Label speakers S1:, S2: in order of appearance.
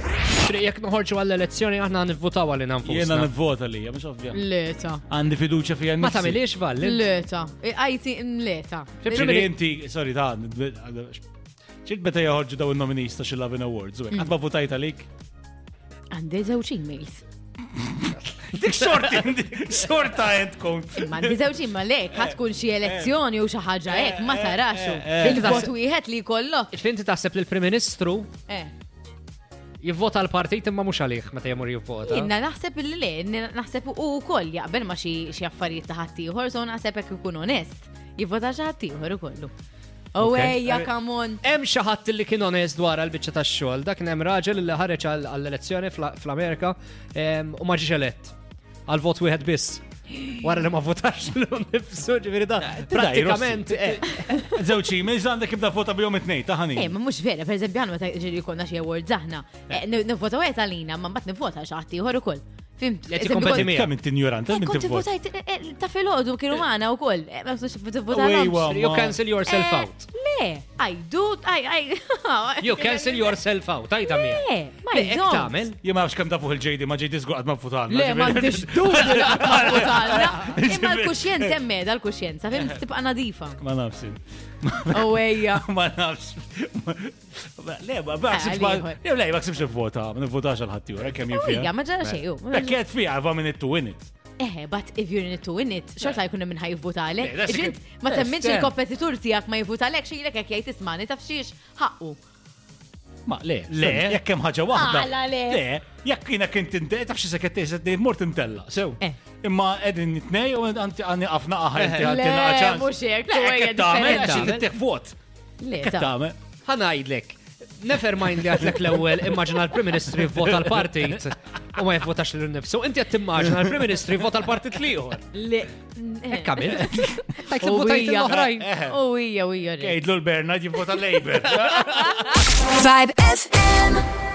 S1: Ġifri, jek nħorġu għall-elezzjoni, aħna nivvutaw għalli
S2: Jena
S1: nanfusna.
S2: nivvota li, mux ovvja.
S3: Leta.
S2: Għandi fiduċa fija
S1: Ma tamilix valli.
S3: Leta. Għajti leta.
S1: Ġifri,
S2: Ġiri inti, sorry, ta' ċirt beta joħorġu daw il-nominista xil-Lavin Awards, u
S3: Mm.
S2: għek, għadba votajt għalik.
S3: Għandi zewċ emails.
S2: Dik xorta, xorta għed kont.
S3: Ma għandi zewċ email eh, lek, ħatkun xie elezzjoni u xaħġa ek, ma saraxu.
S2: eh, eh.
S3: Il-vot u jħed li kollok.
S1: Ġifri, inti taħseb li l-Prim Ministru
S3: Eh.
S1: jivvota l-partit imma mux għalih meta jemur jivvota.
S3: Inna naħseb li le, inna naħseb u koll jaqbel ma xie xie affarijiet taħattijħor, so naħseb ek ikun onest. Jivvota xaħattijħor u kollu. Oh,
S1: Okay.
S2: Eh,
S3: Owejja, kamon.
S1: Hemm xi ħadd li kien onest dwar għall-biċċa tax-xogħol, dak hemm raġel li ħareġ għall- għall-elezzjoni fl- fl-Amerika em, u ma ġiex elett għal vot wieħed biss. Wara li ma votax l-nifsu ġifieri da.
S2: dai, Rossi.
S1: Pratikament eh,
S2: Zewċi, mejz għandek ibda vota bjom it-nej, taħani.
S3: Eh, ma mux vera, per eżempju, għanna ta' ġiri konna xie awards aħna. Eh, n- Nivvota u għetalina, ma mbat nivvota xaħti uħor u koll. Fimt?
S1: Jgħid
S3: Eżempju,
S1: jikkompeti
S3: kont-
S1: miegħek.
S2: Kemm inti ignorant,
S3: Eh,
S2: kemm
S3: Kont
S2: inti vota.
S3: votajt eh, eh, ta' filodu kienu
S2: إيه.
S3: maħna u koll. Eh, Ma mux vota
S2: Ejwa,
S1: You
S2: Ma-
S1: cancel
S3: Eh.
S1: yourself out.
S3: Le, إيه، I do, I, I.
S1: You cancel yourself out. Tajta mija.
S3: Le, ma
S1: Ek
S3: jidom.
S1: tagħmel.
S2: Jien ma nafx kemm tafu il-ġejdi, ma ġejdi zgur għadma votan.
S3: Le, ma għandix dubi li għatma votajna. Imma l-kuxjenza emmeda l-kuxjenza,
S2: إيه.
S3: fimt tibqa nadifa.
S2: Ma nafsin.
S3: Owejja.
S2: Ma nafx. Ma- Le, ma naħsibx.
S3: Ah, liħor.
S2: Le, ma naħsibx il-vota, ma nivvotax għal-ħattijur, eh, kemm
S3: Owejja,
S2: jifija.
S3: ma eh, ġara xeju.
S2: Lekkiet fija, għava minn it-tu win it.
S3: Eh, but if you're in it to win it, xorta jkun minn ħajvutalek.
S2: Eh, that's
S3: Ġint,
S2: good.
S3: ma
S2: Yes,
S3: temminx
S2: yeah.
S3: il-kompetitur tijak ma jvutalek xilek jek jgħid isma' nitaf xiex ħaqqu.
S2: Ma le, le, jekk hemm ħaġa waħda.
S3: Ala, Ah, le.
S2: Le, jekk jiena kint intella, taf xi sekett tgħid dejjem mort intella, sew.
S3: Eh.
S2: Imma qegħdin nitnej u anti għandi qafna aħar inti għandi
S3: Le,
S2: naqa ċans.
S3: mhux hekk,
S2: Le,
S3: huwa
S2: hekk
S3: hija
S2: qed tagħmel,
S1: differenti.
S2: għax tittieħ vot.
S3: Le,
S2: Qed
S3: ta'
S2: tagħmel.
S1: Ħanajdlek. Never mind li għatlek l-ewel immaġina l-Prim Ministri vota l-partit u ma jivvotax l-nifsu. Inti għat immaġina l-Prim Ministri vota l-partit liħor.
S3: le.
S1: Ek kamil. Tajt
S3: U
S1: l-votajt
S3: hija.
S1: l-oħrajn.
S3: U hija, u hija.
S2: Jgħidlu l-Bernard jivvota Labour.
S4: Vibe FM.